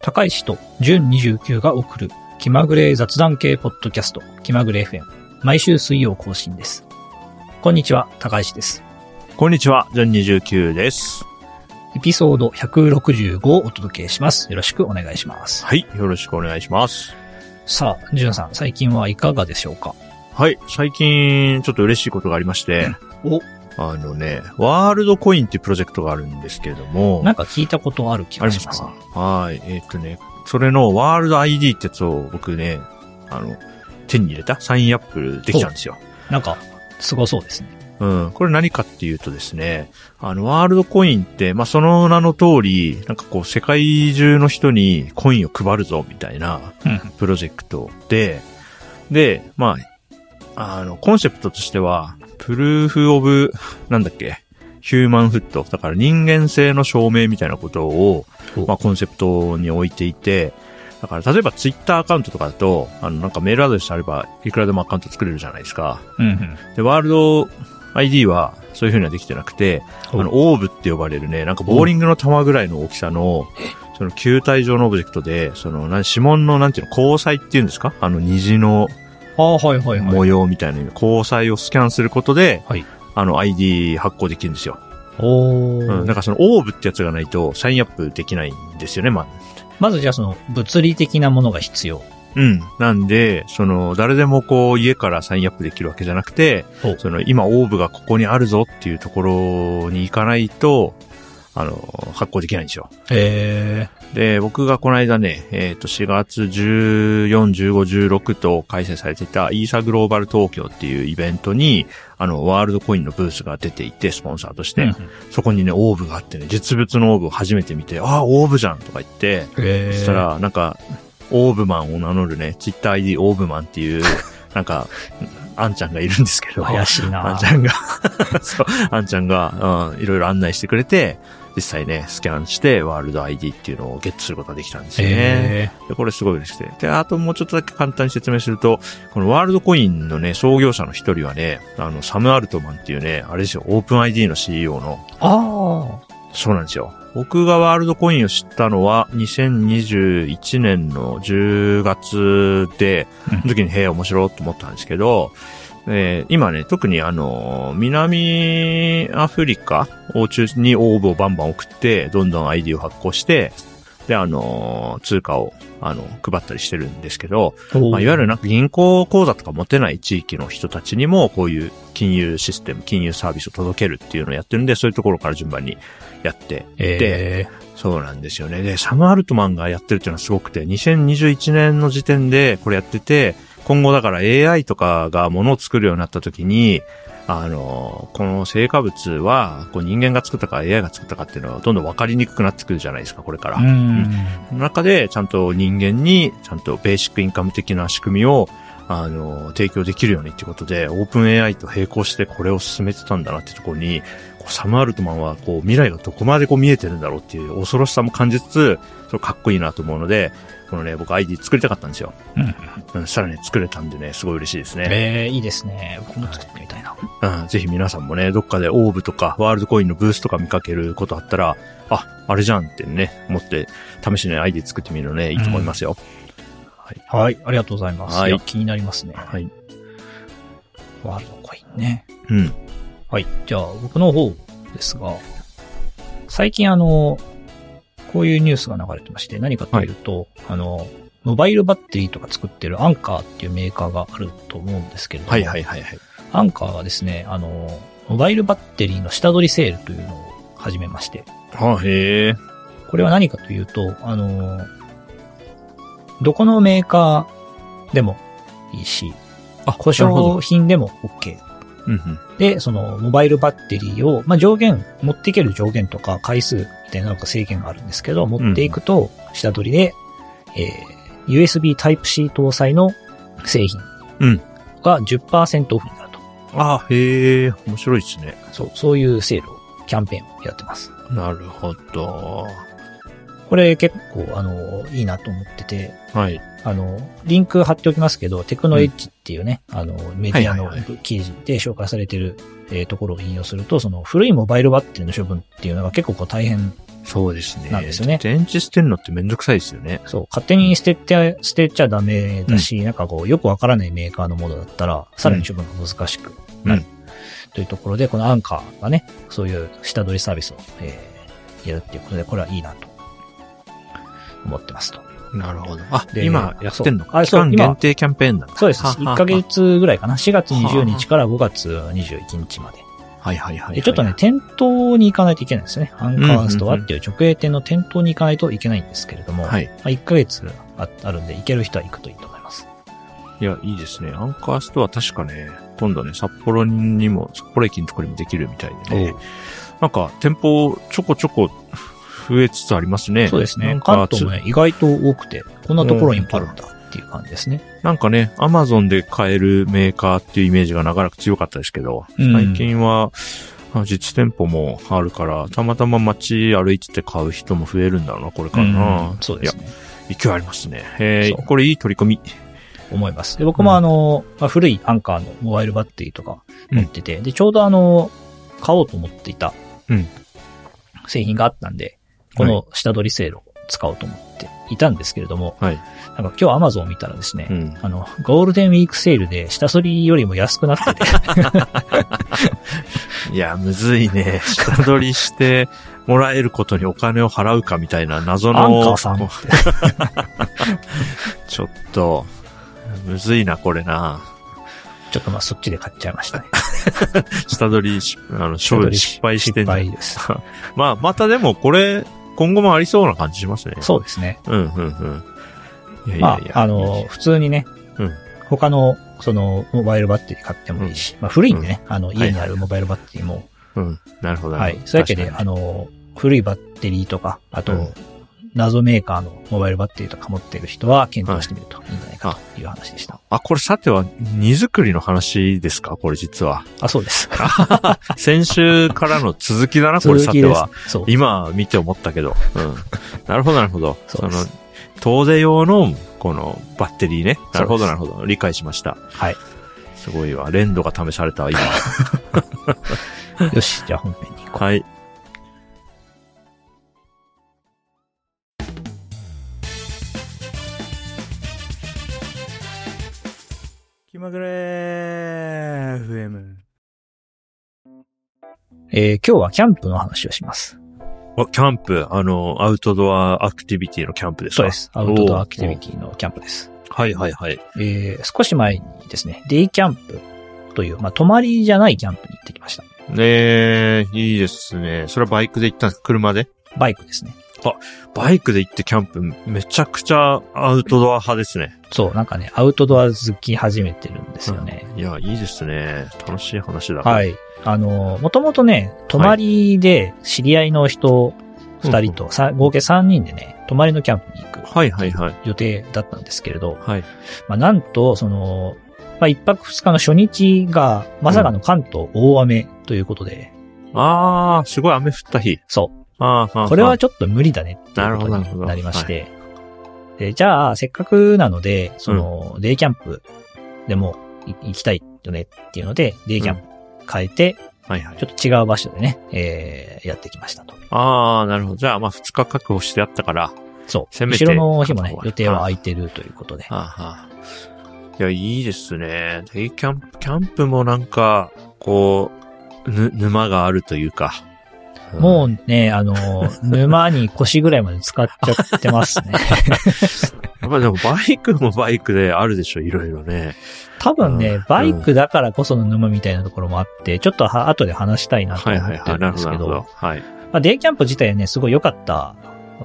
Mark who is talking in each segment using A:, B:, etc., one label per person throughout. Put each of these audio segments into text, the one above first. A: 高石と準29が送る気まぐれ雑談系ポッドキャスト気まぐれ FM 毎週水曜更新です。こんにちは、高石です。
B: こんにちは、ジョン29です。
A: エピソード165をお届けします。よろしくお願いします。
B: はい、よろしくお願いします。
A: さあ、じゅんさん、最近はいかがでしょうか
B: はい、最近、ちょっと嬉しいことがありまして、
A: お、
B: あのね、ワールドコインっていうプロジェクトがあるんですけれども、
A: なんか聞いたことある気
B: あ
A: が
B: りま
A: し
B: す
A: ます。
B: かはい、えーっとね、それのワールド ID ってやつを僕ね、あの、手に入れたサインアップできたんですよ。
A: なんか、すごそうですね。
B: うん。これ何かっていうとですね、あの、ワールドコインって、まあ、その名の通り、なんかこう、世界中の人にコインを配るぞ、みたいな
A: うん、
B: プロジェクトで、で、まあ、あの、コンセプトとしては、プルーフオブ、なんだっけ、ヒューマンフット、だから人間性の証明みたいなことを
A: お、
B: まあ、コンセプトに置いていて、だから、例えばツイッターアカウントとかだと、あの、なんかメールアドレスあれば、いくらでもアカウント作れるじゃないですか。
A: うん、うん。
B: で、ワールド ID はそういう風にはできてなくて、あ
A: お
B: の、オーブって呼ばれるね、なんかボーリングの球ぐらいの大きさの、その球体状のオブジェクトで、その、な指紋のなんていうの、交彩っていうんですかあの虹の
A: ああ、はいはいはい。
B: 模様みたいな、交彩をスキャンすることで、
A: はい
B: あの ID 発行できるんですよ。
A: おー
B: うん。だからそのオーブってやつがないとサインアップできないんですよね、まあ。
A: まずじゃあその、物理的なものが必要。
B: うん。なんで、その、誰でもこう、家からサインアップできるわけじゃなくて
A: お、
B: その、今、オーブがここにあるぞっていうところに行かないと、あの、発行できないんですよ。
A: へえ。
B: で、僕がこの間ね、えっ、と、4月14、15、16と開催されていたイーサグローバル東京っていうイベントに、あの、ワールドコインのブースが出ていて、スポンサーとして、
A: うん
B: そこにね、オーブがあってね、実物のオーブを初めて見て、ああ、オーブじゃんとか言って、
A: へえ。
B: そした、ら、なんか、オーブマンを名乗るね、ツイッター ID オーブマンっ ていう、なんか、あんちゃんがいるんですけど、
A: 怪しい
B: あ
A: なん
B: ち。ゃんが そう、あんちゃんが、うん、いろいろ案内してくれて、実際ね、スキャンして、ワールド ID っていうのをゲットすることができたんですよね。
A: へ
B: でこれすごい嬉しくて。で、あともうちょっとだけ簡単に説明すると、このワールドコインのね、創業者の一人はね、あの、サム・アルトマンっていうね、あれですよ、オープン ID の CEO の
A: え。ああ。
B: そうなんですよ。僕がワールドコインを知ったのは、2021年の10月で、
A: うん
B: その時に、へえ、面白いと思ったんですけど、えー今ね、特にあの、南アフリカを中心にオーブをバンバン送って、どんどん ID を発行して、で、あの、通貨を、あの、配ったりしてるんですけど、まあ、いわゆるなんか銀行口座とか持てない地域の人たちにも、こういう金融システム、金融サービスを届けるっていうのをやってるんで、そういうところから順番にやっていて、
A: へえ。
B: そうなんですよね。で、サム・アルトマンがやってるっていうのはすごくて、2021年の時点でこれやってて、今後だから AI とかが物を作るようになった時に、あの、この成果物は、こう人間が作ったか AI が作ったかっていうのはどんどん分かりにくくなってくるじゃないですか、これから。
A: うん。
B: の中で、ちゃんと人間に、ちゃんとベーシックインカム的な仕組みを、あの、提供できるようにってことで、オープン AI と並行してこれを進めてたんだなってところに、こうサム・アルトマンは、こう、未来がどこまでこう見えてるんだろうっていう恐ろしさも感じつつ、それかっこいいなと思うので、このね、僕 ID 作りたかったんですよ。
A: うん
B: うん。さらに作れたんでね、すごい嬉しいですね。
A: ええ、いいですね。僕も作ってみたいな。
B: うん。ぜひ皆さんもね、どっかでオーブとか、ワールドコインのブースとか見かけることあったら、あ、あれじゃんってね、思って、試しに ID 作ってみるのね、いいと思いますよ。
A: はい。ありがとうございます。
B: はい
A: いや気になりますね。
B: はい。
A: ワールドコインね。
B: うん。
A: はい。じゃあ、僕の方ですが、最近あの、こういうニュースが流れてまして、何かというと、あの、モバイルバッテリーとか作ってるアンカーっていうメーカーがあると思うんですけれども、
B: はいはいはいはい。
A: アンカーがですね、あの、モバイルバッテリーの下取りセールというのを始めまして、
B: はあ、へえ。
A: これは何かというと、あの、どこのメーカーでもいいし、
B: あ、
A: 故
B: なるほど
A: 障品でも OK
B: うんうん。
A: で、その、モバイルバッテリーを、まあ、上限、持っていける上限とか回数みたいなのが制限があるんですけど、持っていくと、下取りで、えー USB Type-C 搭載の製品
B: うん
A: が10%オフになると。
B: あ、へえ。面白いですね。
A: そう、そういうセールを、キャンペーンをやってます。
B: なるほど。
A: これ結構、あの、いいなと思ってて、
B: はい。
A: あの、リンク貼っておきますけど、テクノエッジっていうね、あの、メディアの
B: はいはい
A: 記事で紹介されてる、えーところを引用すると、その古いモバイルバッテリーの処分っていうのが結構こう大変
B: そうですね。
A: なんですよね
B: 電池捨てるのってめんどくさいですよね。
A: そう、勝手に捨てて、捨てちゃダメだし、なんかこう、よくわからないメーカーのものだったら、さらに処分が難しくなる。
B: うん
A: というところで、このアンカーがね、そういう下取りサービスを、えーやるっていうことで、これはいいなと、思ってますと。
B: なるほど。あ、
A: で
B: 今やってんの
A: そうあ
B: か期
A: そう
B: 間
A: 今
B: 限定キャンペーンなんだ。
A: そうです。
B: ははは
A: 1ヶ月ぐらいかな。4月20日から5月21日まで。
B: はいはいはいはい。
A: で、ちょっとね、店頭に行かないといけないんですね。アンカーストアっていう直営店の店頭に行かないといけないんですけれども、
B: はい。
A: まあ、1ヶ月ああるんで、行ける人は行くといいと思います。
B: いや、いいですね。アンカーストア確かね、今度ね、札幌にも、札幌駅のところにもできるみたいでね。なんか、店舗ちょこちょこ増えつつありますね。
A: そうです
B: な
A: ね
B: ん。
A: 関
B: か、
A: 東も
B: つ
A: ね、意外と多くて、こんなところにもあるんだっていう感じですね。
B: なんかね、アマゾンで買えるメーカーっていうイメージが長らく強かったですけど、
A: うん
B: 最近は、あ実店舗もあるから、たまたま街歩いてて買う人も増えるんだろうな、これからな。
A: うんそうですね。
B: いや、勢いありますね。え
A: そう
B: これいい取り組み。
A: 思います。で、僕もあの、まあ、古いアンカーのモバイルバッテリーとか持ってて、で、ちょうどあの、買おうと思っていた
B: うん
A: 製品があったんで、この下取りセールを使おうと思っていたんですけれども、
B: はい。
A: なんか今日アマゾン見たらですね、
B: うん。
A: あの、ゴールデンウィークセールで下処りよりも安くな ってて、
B: いや、むずいね。下取 りしてもらえることにお金を払うかみたいな謎の。
A: アンカーさんって。
B: ちょっと、むずいな、これな。
A: ちょっとまあそっちで買っちゃいました ね。
B: 下取りし、あの、処分失敗し
A: 失
B: てんじゃん
A: 敗です。
B: まあ、またでもこれ、今後もありそうな感じしますね。
A: そうですね。
B: う。うん、うん、うん。いやい
A: ま
B: やいや。
A: あ、あの、普通にね、
B: うん
A: 他の、その、モバイルバッテリー買ってもいいし、まあ、古いんでね、あの、
B: いはい
A: 家にあるモバイルバッテリーも、
B: うん。なるほど。
A: はい。そういうわけで、
B: 確
A: あ
B: かに
A: の、古いバッテリーとか、あと、
B: うん
A: 謎メーカーのモバイルバッテリーとか持っている人は検討してみるといいんじゃないかという話でした。
B: あ、これさては、荷造りの話ですかこれ実は。
A: あ、そうです。
B: 先週からの続きだな、これさては。
A: す。そう。
B: 今見て思ったけど。うん。なるほど、なるほど。
A: そうです
B: の、遠出用の、この、バッテリーね。なるほど、なるほど。理解しました。
A: はい。
B: すごいわ。連動が試されたわ、今。
A: よし、じゃあ本編に行こう。
B: はい。気まぐれ FM。
A: えー今日はキャンプの話をします。
B: あ、キャンプ、あの、アウトドアアクティビティのキャンプですか
A: そうです。アウトドアアクティビティのキャンプです。
B: ィ。はいはいはい。
A: えー少し前にですね、デイキャンプという、まあ、泊まりじゃないキャンプに行ってきました。
B: ねえ、いいですね。それはバイクで行ったんですか車で
A: バイクですね。
B: バイクで行ってキャンプ、めちゃくちゃアウトドア派ですね。
A: そう、なんかね、アウトドア好き始めてるんですよね。
B: いや、いいですね。楽しい話だ。
A: はい。あの、もともとね、泊まりで知り合いの人2人と、さ合計3人でね、泊まりのキャンプに行く
B: はいはいはい。
A: 予定だったんですけれど、
B: はい。
A: まあ、なんと、その、まあ、1泊2日の初日が、まさかの関東大雨ということで、
B: あー、すごい雨降った日。
A: そう、
B: ああ、
A: これは
B: あ
A: ちょっと無理だねっていうこと
B: なるほど
A: になりまして。で、じゃあ、せっかくなので、その、デイキャンプでもい行きたいよねっていうので、デイキャンプ変えて、
B: あはいはい。
A: ちょっと違う場所でね、えー、やってきましたと。
B: ああ、なるほど。じゃあ、まあ、二日確保してあったから。
A: そう。
B: せめて
A: 後ろの日もね
B: 片、方
A: 予定は空いてるということで。
B: あはあ。いや、いいですね。デイキャンプ、キャンプもなんか、こう、ぬ、沼があるというか。
A: も
B: う
A: うね、あの、 沼に腰ぐらいまで使っちゃってます ね。
B: ん。まあでも、バイクもバイクであるでしょ、いろいろね。
A: 多分
B: う
A: ね
B: ん、
A: バイクだからこその沼みたいなところもあって、ちょっとは後で話したいなと
B: はい
A: 思
B: はい
A: って
B: は
A: る
B: い。なん
A: で
B: るほ
A: す
B: ど、
A: け
B: なる
A: ど
B: ほ、ど。はい。
A: まあ、デイキャンプ自体はね、すごい良かった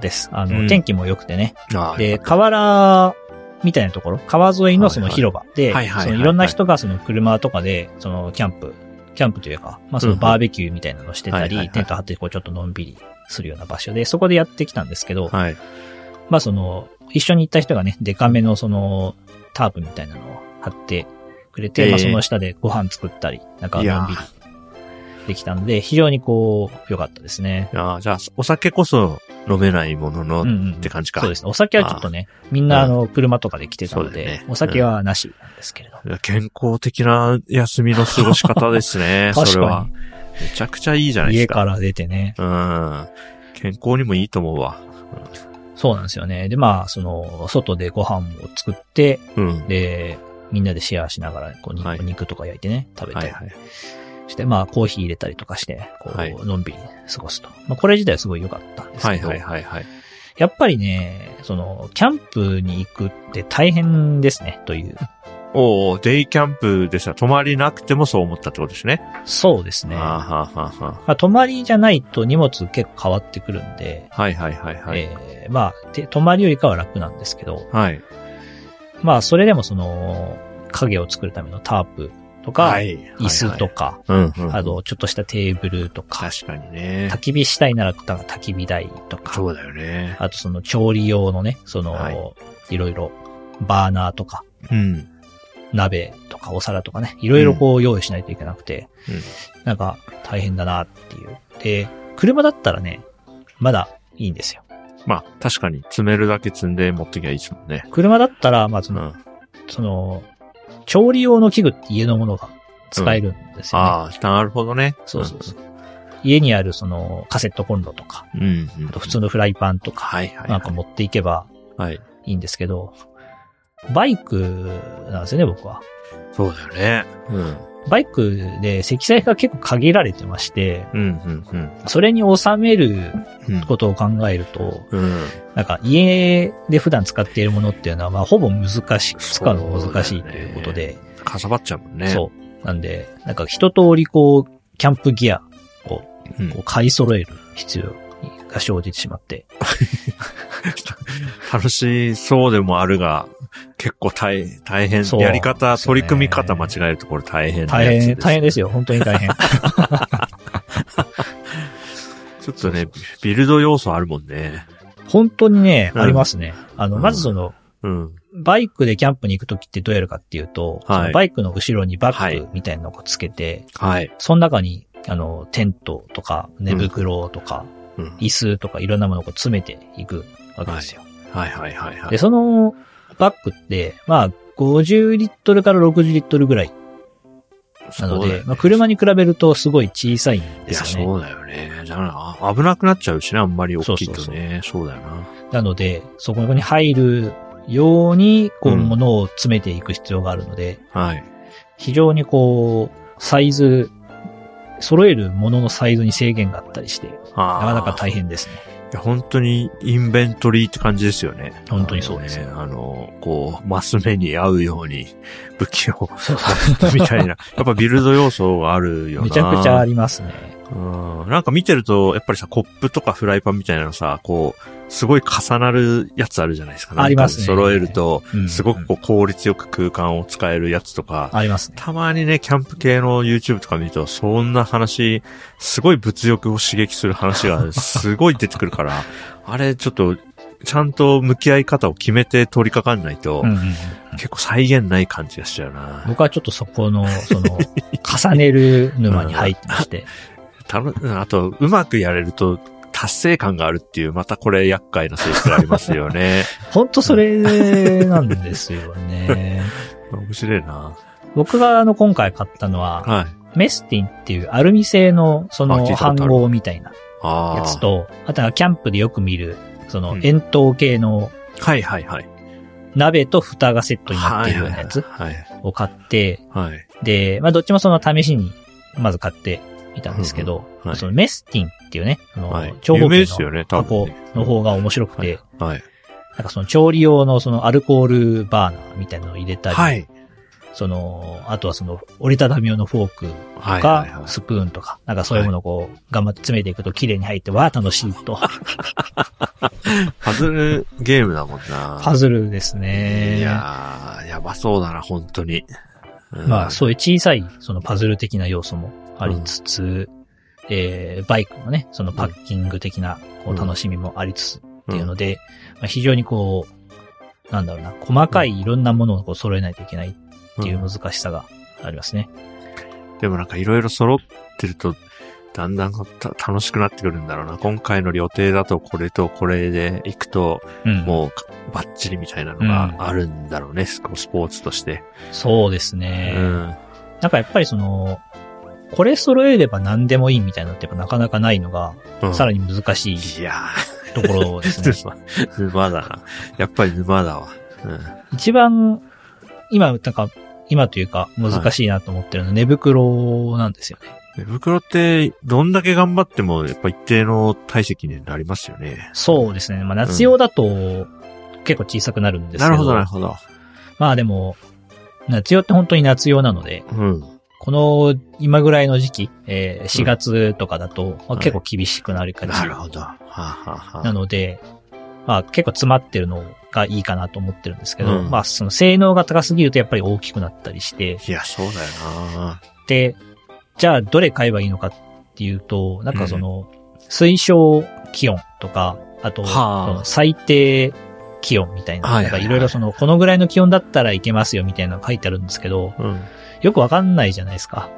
A: です。あの、
B: うん
A: 天気も良くてね。
B: ああ。
A: で、河原みたいなところ、川沿いのその広場で、
B: はいはい
A: その
B: はい
A: いろんな人がその車とかで、そのキャンプ、キャンプというか、まあその
B: うん
A: バーベキューみたいなのしてた
B: はいはいは
A: り、
B: い
A: テント張ってこうちょっとのんびりするような場所で、そこでやってきたんですけど、
B: はい。
A: まあその、一緒に行った人がね、デカめのその、タープみたいなのを張ってくれて、
B: ええ
A: まあその下でご飯作ったり、なんか
B: いや
A: のんびりできたので、非常にこう、良かったですね。
B: ああ、じゃあ、お酒こそ飲めないものの、
A: うんうん
B: って感じか。
A: そうですね。お酒はちょっとね、みんなあの、車とかで来てたの
B: そうだ
A: で、
B: よね
A: お酒はなしなんですけれど。。
B: いや健康的な休みの過ごし方ですねそ
A: 確
B: れは
A: か。
B: めちゃくちゃいいじゃな
A: に。
B: いで
A: 家
B: すか。
A: から出てね。
B: うん。健康にもいいと思うわ。
A: そうなんですよね。で、まあ、その、外でご飯を作って、
B: うん。
A: で、みんなでシェアしながら、こう、
B: はい
A: 肉肉とか焼いてね、食べ
B: はい
A: て、
B: はい。
A: して、まあ、コーヒー入れたりとかして、こ、
B: はいう
A: のんびり過ごすと。まあ、これ自体はすごい良かったんです
B: は
A: け
B: い
A: ど、
B: はいはいはい。
A: やっぱりね、その、キャンプに行くって大変ですね、という。
B: おおデイキャンプでさ、泊まりなくてもそう思ったってことですね。
A: そうですね。
B: あーはーはーはー
A: まあ、泊まりじゃないと荷物結構変わってくるんで、
B: はいはいはいはい。
A: えーまあ、で泊まりよりかは楽なんですけど、
B: はい。
A: まあ、それでもその、影を作るためのタープとか、
B: はい。
A: 椅子とか、
B: はいはい。うん、うん。
A: あ、の、ちょっとしたテーブルとか、
B: 確かにね
A: 焚。き火したいなら焚き火台とか、
B: そうだよね。
A: あとその調理用のね、その、
B: はい
A: い、ろいろ、バーナーとか、
B: うん。
A: 鍋とかお皿とかね、いろいろこう用意しないといけなくて、なんか大変だなっていう。で、車だったらね、まだいいんですよ。
B: まあ、確かに積めるだけ積んで持ってきゃいいですもんね。
A: 車だったら、まあそうの、
B: ん。
A: その、調理用の器具って家のものが使えるんですよね。
B: ああ、なるほどね。
A: そうそうそう。家にあるそのカセットコンロとか、
B: うん。うん。うん
A: あと普通のフライパンとか、
B: はいはい
A: な
B: は
A: んか持っていけば
B: い。はい。
A: いいんですけど、バイクなんですよね、僕は。
B: そうだよね。うん。
A: バイクで積載が結構限られてまして、
B: うん、うん、
A: それに収める
B: うん。
A: ことを考えると、
B: うん。
A: なんか家で普段使っているものっていうのは、まあほぼ難しい、使うのが難しい
B: そう
A: と
B: だよね
A: いうことで、
B: かさばっちゃうもんね。
A: そう。なんで、なんか一通りこう、キャンプギアを
B: う。
A: こうん買い揃える必要が生じてしまって、
B: 楽しそうでもあるが、結構大、大変。
A: そう
B: やり方、
A: そうね
B: 取り組み方間違えるところ大変な
A: 大
B: やつ。
A: 変、大変ですすよ。本当に大変。
B: ちょっとね、ビルド要素あるもんね。
A: 本当にね、
B: うん
A: ありますね。あの、
B: うん
A: まずその、
B: うん。
A: バイクでキャンプに行くときってどうやるかっていうと、
B: はい
A: そのバイクの後ろにバ
B: は
A: ッ
B: い
A: グみたいなのをつけて、
B: はい。
A: その中に、あの、テントとか、寝袋とか、
B: うん。
A: 椅子とかいろんなものをこう詰めていくわけですよ。
B: はいはいはいは
A: で、
B: い。
A: そのバッグって、まあ、50リットルから60リットルぐらいなの
B: そうだ
A: で、
B: よね
A: まあ、車に比べるとすごい小さいん
B: い
A: で
B: や、
A: すよね。
B: そうだよね。だから、あ危なくなっちゃうしね、あんまり大きいと
A: そうそう
B: ね。そうだよな。
A: なので、そこに入るように、こう、
B: うん
A: 物を詰めていく必要があるので、
B: はい。
A: 非常にこう、サイズ、揃えるもののサイズに制限があったりして、な
B: あー
A: かなか大変ですね。
B: いや本当にインベントリーって感じですよね。
A: 本当にそうです
B: あのね。あの、こう、マス目に合うように武器を
A: そう
B: みたいな。やっぱビルド要素があるよな。
A: めちゃくちゃありますね。
B: うん。なんか見てると、やっぱりさ、コップとかフライパンみたいなのさ、こう、すごい重なるやつあるじゃないですか。なんか
A: ありますね
B: 揃えると、
A: うん
B: すごくこう効率よく空間を使えるやつとか、
A: ありますね。
B: たまにね、キャンプ系の YouTube とか見ると、そんな話、すごい物欲を刺激する 話がすごい出てくるから、あれちょっと、ちゃんと向き合い方を決めて取り掛かんないと、
A: うんうんうん
B: 結構再現ない感じがしちゃうな。
A: 僕はちょっとそこの、そ の、重ねる沼に入ってまして、
B: たのあと、うまくやれると、達成感があるっていう、またこれ厄介な性質があります よね。
A: ほんとそれなんですよね。
B: 面白いな。
A: 僕があの、今回買ったのは、
B: はい。
A: メスティンっていうアルミ製の、そ
B: あ聞
A: の、
B: いたことあ
A: 半
B: る
A: 合みたいな
B: ああ。
A: やつと、あとはキャンプでよく見る、その
B: う、ん
A: 円筒形の
B: はいはいはい。
A: 鍋と蓋がセットになっているようなやつ
B: はいはい
A: を買って、
B: はい。はい。
A: で、まあどっちもその試しに、まず買ってみたんですけど、
B: うんはい
A: そのメスティンっていうね、あの
B: はい
A: 長方
B: 有名
A: 形
B: ですよ
A: の
B: ね多分
A: 箱
B: ね
A: の方が面白くて、
B: はい。はい。
A: なんかその調理用のそのアルコールバーナーみたいなのを入れたり、
B: はい。
A: その、あとはその折りたたみ用のフォークと
B: はいはいは
A: か
B: い、
A: スプーンとか、なんかそういうものをこう、頑張って詰めていくと綺麗に入って、わあ楽しい と、
B: パズルゲームだもんな。
A: パズルですね。
B: いやー、やばそうだな、本当に。うん
A: まあ、そういう小さい、そのパズル的な要素もありつつ、えー、バイクのね、そのパッキング的な、こう、
B: うん
A: 楽しみもありつつっていうので、まあ、非常にこう、なんだろうな、細かいいろんなものをこう揃えないといけないっていう
B: うん
A: 難しさがありますね。
B: でもなんかいろいろ揃ってると、だんだんた楽しくなってくるんだろうな。今回の予定だとこれとこれで行くと、
A: うん。
B: もうかバッチリみたいなの
A: うん
B: があるんだろうね、ススポーツとして。
A: そうですね。
B: うん。
A: なんかやっぱりその、これ揃えれば何でもいいみたいなのってやっぱなかなかないのが、
B: うん
A: さらに難しい
B: いや
A: ところです ね。
B: ー、沼だな。やっぱり沼だわ。うん。
A: 一番、今、なんか、今というか難しいなと思ってるのは寝袋なんですよね。
B: 寝袋って、どんだけ頑張っても、やっぱ一定の体積になりますよね。
A: そうですね。まあ夏用だと結構小さくなるんですけど。
B: なるほど、なるほど。
A: まあでも、夏用って本当に夏用なので、
B: うん。
A: この今ぐらいの時期、えー4月とかだと、まあ、結構厳しくなりか
B: な
A: ち
B: るほど。はあ、はあは
A: なので、まあ結構詰まってるのがいいかなと思ってるんですけど、
B: うん
A: まあその性能が高すぎるとやっぱり大きくなったりして、
B: いや、そうだよな。
A: で、じゃあどれ買えばいいのかっていうと、なんかその、推奨気温とか、あと、
B: はあ
A: その最低気温みたいな、
B: はい
A: な
B: は
A: んか
B: いはい
A: いろいろその、このぐらいの気温だったらいけますよみたいなの書いてあるんですけど、
B: うん。
A: よくわかんないじゃないですか。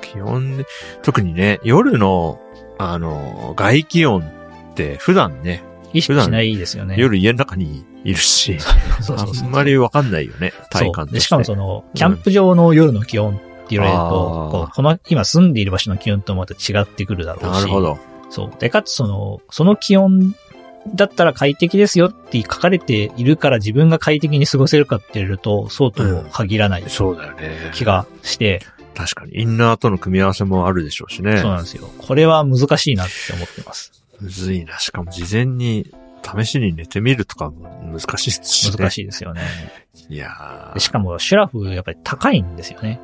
B: 気温ね、特にね、夜の、あの、外気温って普段ね、
A: 意識しないですよね。
B: 夜家の中にいるし、
A: そうそうそう
B: あんまりわかんないよね、体
A: そ
B: 感
A: う
B: として。
A: でしかもその、キャンプ場の夜の気温って言われると、
B: あー
A: こうこの今住んでいる場所の気温とまた違ってくるだろうし。
B: なるほど。
A: そう。で、かつその、その気温だったら快適ですよって書かれているから自分が快適に過ごせるかって言われると、そうとも限らない
B: そうだよね。
A: 気がして、
B: 確かに、インナーとの組み合わせもあるでしょうしね
A: そう。なんですよ。これは難しいなって思ってます。
B: むずいな。しかも事前に、試しに寝てみるとかも難しいですし、ね。
A: 難しいですよね。
B: い。いや
A: で
B: ー
A: しかも、シュラフやっぱり高いんですよね。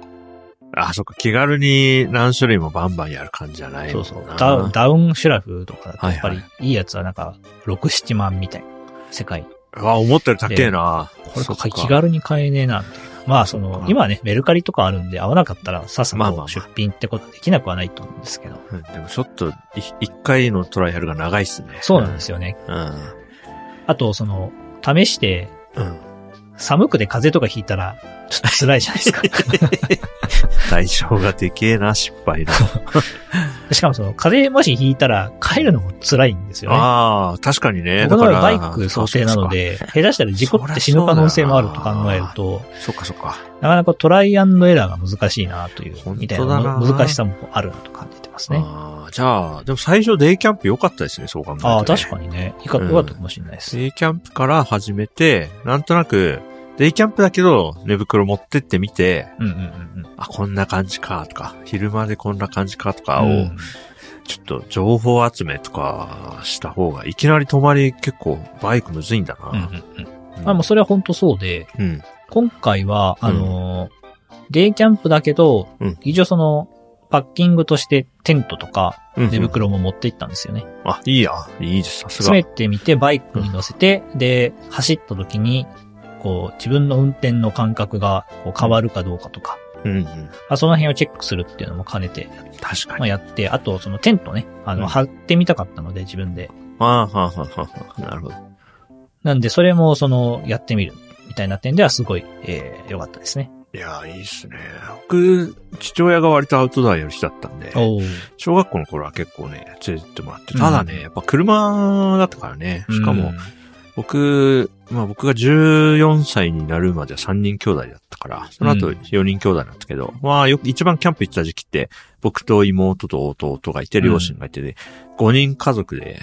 B: あ、そっか、気軽に何種類もバンバンやる感じじゃない
A: そうそう
B: もんな。。
A: ダウン、ダウンシュラフとかだと、やっぱ
B: は
A: り
B: い
A: いいやつはなんか、6、7万みたいな世界。
B: あ、思ったより高えな。
A: これ
B: そっ
A: か気軽に買えねえな、みたいな。まあ、そ
B: そっ
A: の
B: か、
A: 今はね、メルカリとかあるんで、合わなかったら、さっさ
B: まあまあま
A: と
B: あ
A: 出品ってことはできなくはないと思うんですけど。
B: うんでもちょっと、い一回のトライアルが長いっすね。
A: そうなんですよね。
B: うん。
A: あと、その、試して、
B: うん。
A: 寒くて風邪とかひいたら、ちょっと辛いじゃないですか。
B: 対象がでけえな、失敗の。
A: しかもその、風邪もしひいたら、帰るのも辛いんですよね。
B: ああ、確かにね。
A: 僕の場
B: だ
A: 合
B: か
A: バイ
B: ら
A: ク想定なの。で、下手したら事故って死
B: そり
A: ぬ
B: ゃそうだ
A: 可
B: よな
A: 能性もあると考えると、
B: そっかそっか。
A: なかなかトライアンドエラーが難しいなという、
B: 本当だな
A: みたいなの難しさもあるなと感じてますね。
B: ああ、じゃあ、でも最初デイキャンプ良かったですね、そう考えると、ね。
A: ああ、確
B: に。
A: かにね。いいか良かったかもしれないです。
B: デイキャンプから始めて、なんとなく、デイキャンプだけど、寝袋持ってってみて、
A: うんうんうん
B: あ、こんな感じか、とか、昼間でこんな感じか、と
A: う
B: かを、
A: ん。うん
B: ちょっと情報集めとかした方が、いきなり泊まり結構バイクむずいんだ
A: うん
B: な。
A: うんうん。あ、もうそれは本当そうで、
B: うん。うん。
A: 今回は、あのー、デイキャンプだけど
B: うん、
A: 一応その、パッキングとしてテントとか
B: うん
A: 寝袋も持って行ったんですよね。
B: あ、いいや。いいです、さすが。
A: 詰めてみて、バイクに乗せて、で、走った時に、こう、自分の運転の感覚がこう変わるかどうかとか、
B: うんうん。
A: あその辺をチェックするっていうのも兼ねて、
B: 確か
A: まあ、
B: に。
A: やって、あと、そのテントね、あ
B: う
A: の、
B: ん
A: 張ってみたかったので、自分で。
B: ああ、はあ、はあ、はあ。なるほど。
A: なんで、それも、その、やってみる、みたいな点では、すごい、えー、良かったですね。
B: いやー、いいっすね。僕、父親が割とアウトドアやる人だったんで、
A: お
B: 小学校の頃は結構ね、連れてってもらって、ただね、
A: うん
B: やっぱ車だったからね、しかも、、僕、まあ僕が14歳になるまでは3人兄弟だったから、その後
A: うん
B: 4人兄弟なんですけど、まあよく一番キャンプ行ってた時期って、僕と妹と弟がいて、
A: うん
B: 両親がいてで、5人家族で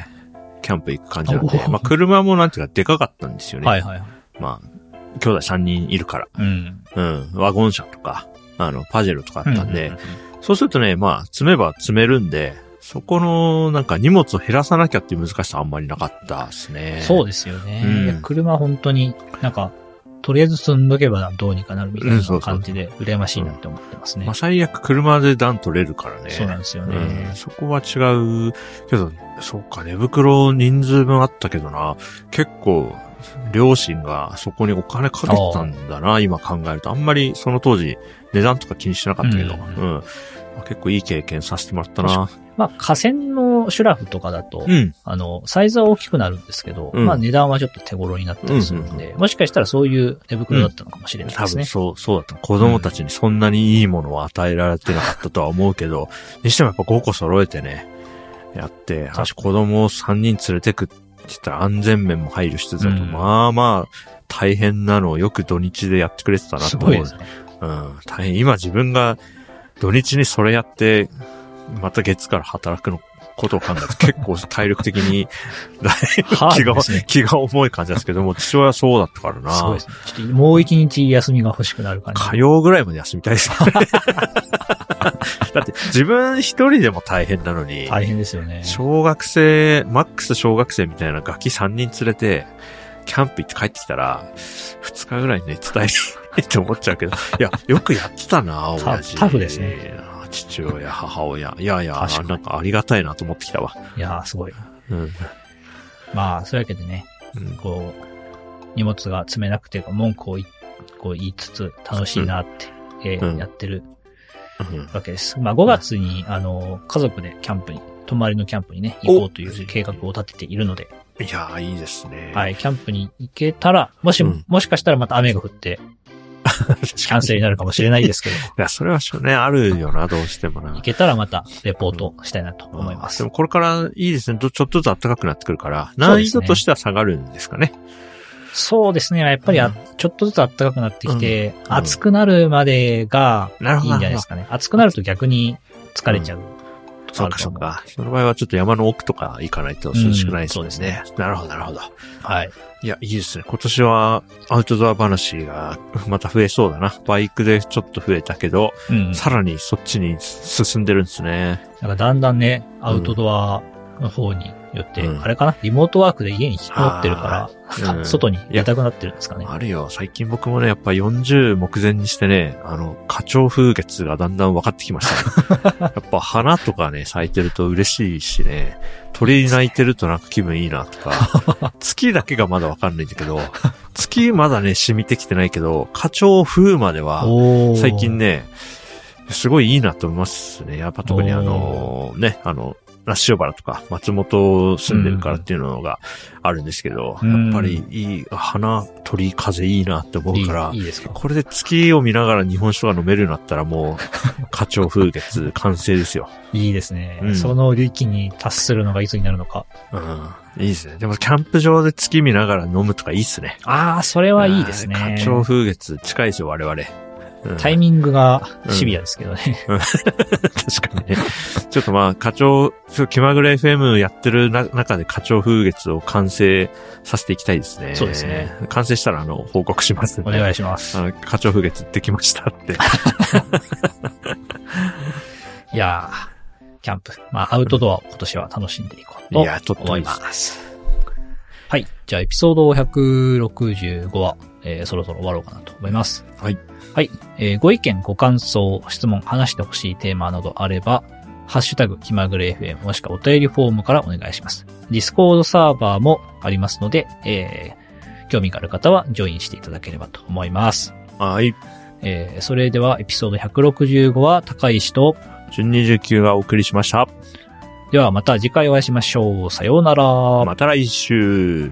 B: キャンプ行く感じなんで
A: お、お
B: まあ車もなんていうかでかかったんですよね。
A: はいはいはい。
B: まあ、兄弟3人いるから、
A: うん。
B: うん、ワゴン車とか、あの、パジェロとかあったんで、
A: ううう
B: そうするとね、まあ、積めば積めるんで、そこの、なんか荷物を減らさなきゃっていう難しさあんまりなかったですね。
A: そうですよね。
B: うん
A: いや車本当になんか、とりあえず積んどけばどうにかなるみたいな感じで、羨ましいなって思ってますね
B: まあ、。最悪車で段取れるからね。
A: そうなんですよ
B: う
A: ね
B: ん。そこは違うけど、そうか、寝袋人数分あったけどな、結構、両親がそこにお金かけてたんだな、今考えると。あんまりその当時、値段とか気にしてなかったけど、
A: う
B: うんん、
A: うん
B: まあ結構いい経験させてもらったな。
A: まあ、河川のシュラフとかだと、
B: うん。
A: あの、サイズは大きくなるんですけど、
B: うん
A: まあ値段はちょっと手頃になったりするん
B: うん
A: で、もしかしたらそういう寝袋だったのかもしれない
B: 多
A: です
B: 分
A: ね。
B: そう、そうだった。子供たちにそんなにいいものを与えられてなかったとは思う けど、にしてもやっぱ5個揃えてね、やっ
A: か
B: て、
A: に
B: 私子供を3人連れてくって言ったら安全面も配慮してたと、
A: うん
B: まあまあ、大変なのをよく土日でやってくれてたな
A: す
B: と
A: ごい
B: 思
A: で
B: う。
A: すね。
B: うん、大変。今自分が土日にそれやって、また月から働くのことを考えると結構体力的に
A: は
B: 気が
A: ですね。
B: 気が重い感じなんですけども、父親はそうだったからな。
A: すごいですね。ちょっともう一日休みが欲しくなる感じ。
B: 火曜ぐらいまで休みたいです ね。だって自分一人でも大変なのに、
A: 大変ですよね。
B: 小学生、マックス小学生みたいなガキ3人連れて、キャンプ行って帰ってきたら、2日ぐらい寝てたいって思っちゃうけど、いや、よくやってたな、
A: タ
B: 親父。
A: タフですね。
B: 父親、母親。いやいや
A: 確か、に
B: なんかありがたいなと思ってきたわ。
A: いやー、すごい。
B: うん。
A: まあ、そういうわけでね、
B: うん
A: こう、荷物が積めなくて、文句を言いこう言いつつ、楽しいなって、えー
B: うん
A: やってる
B: うん
A: わけです。まあ、5月に、あの、家族でキャンプに、泊まりのキャンプにね、行こうという計画を立てているので、
B: いやー、いいですね。
A: はい、キャンプに行けたら、もし、
B: うん
A: もしかしたらまた雨が降っ て、キャンセルになるかもしれないですけど、
B: いや、それはしょね、あるよな、どうしてもな。
A: 行けたらまたレポートしたいなと思いま
B: う
A: す
B: んで。もこれからいいですね。どちょっとずつ暖かくなってくるから、
A: そう
B: 難
A: で
B: 易
A: すね
B: 度としては下がるんですかね。
A: そうですね、やっぱりあ、
B: うん
A: ちょっとずつ暖かくなってきて、
B: うん
A: 暑くなるまでが、
B: なるほ
A: い
B: ど
A: いんじゃないですかね。暑くなると逆に疲れちゃう。
B: そうか、そうか。その場合はちょっと山の奥とか行かないと涼しくないですもんね。
A: うんそうで
B: なるほど、なるほど。
A: はい。
B: いや、いいですね。今年はアウトドア話がまた増えそうだな。バイクでちょっと増えたけど、
A: うん。
B: さらにそっちに進んでるんです ね。
A: なんかだんだんね、アウトドアの方によって、
B: うん
A: あれかなリモートワークで家に引きこもってるから、
B: あーうん
A: 外に出たくなってるんですかね。
B: あるよ。最近僕もね、やっぱ40目前にしてね、あの、花鳥風月がだんだん分かってき ました、ね。やっぱ花とかね、咲いてると嬉しいしね、鳥鳴いてるとなんか気分いいな とか、月だけがまだ分かんないんだけど、月まだね、染みてきてないけど、花鳥風までは、
A: おー
B: 最近。ね、すごいいいなと思いますね。やっぱ特にあの、ね、あの、ラッシュバラとか松本住んでるからっていうのがあるんですけど、
A: うん
B: やっぱりいい、花、鳥、風いいなって思
A: いうい
B: から、
A: いいですか
B: これで月を見ながら日本酒が飲めるようになったらも う、花鳥風月完成ですよ。
A: いいですね、
B: うん
A: その域に達するのがいつになるのか。
B: うん。いいですね。でもキャンプ場で月見ながら飲むとかいいっすね。
A: ああ、それはいいですね。
B: あー花鳥風月近いですよ、我々。うん
A: タイミングがシビアですけどね。
B: 確かにね。ちょっとまあ、課長、ちょっと気まぐれ FM やってるな中で課長風月を完成させていきたいですね。
A: そうですね。
B: 完成したら、あの、報告しますんで。
A: お願いします。
B: あの、課長風月できましたって。
A: いやーキャンプ。まあ、アウトドアを今年は楽しんでいこう
B: い
A: と
B: や、とっても
A: 思
B: い
A: い
B: いで。
A: ますす。はい。じゃあ、エピソード165は、えーそろそろ終わろうかなと思います。
B: はい。
A: はい。えーご意見、ご感想、質問、話してほしいテーマなどあれば、ハッシュタグ、気まぐれ FM もしくはお便りフォームからお願いします。ディスコードサーバーもありますので、えー興味がある方はジョインしていただければと思います。
B: はい。
A: えーそれではエピソード165は高石と、
B: 順29がお送りしました。
A: ではまた次回お会いしましょう。さようなら。
B: また来週。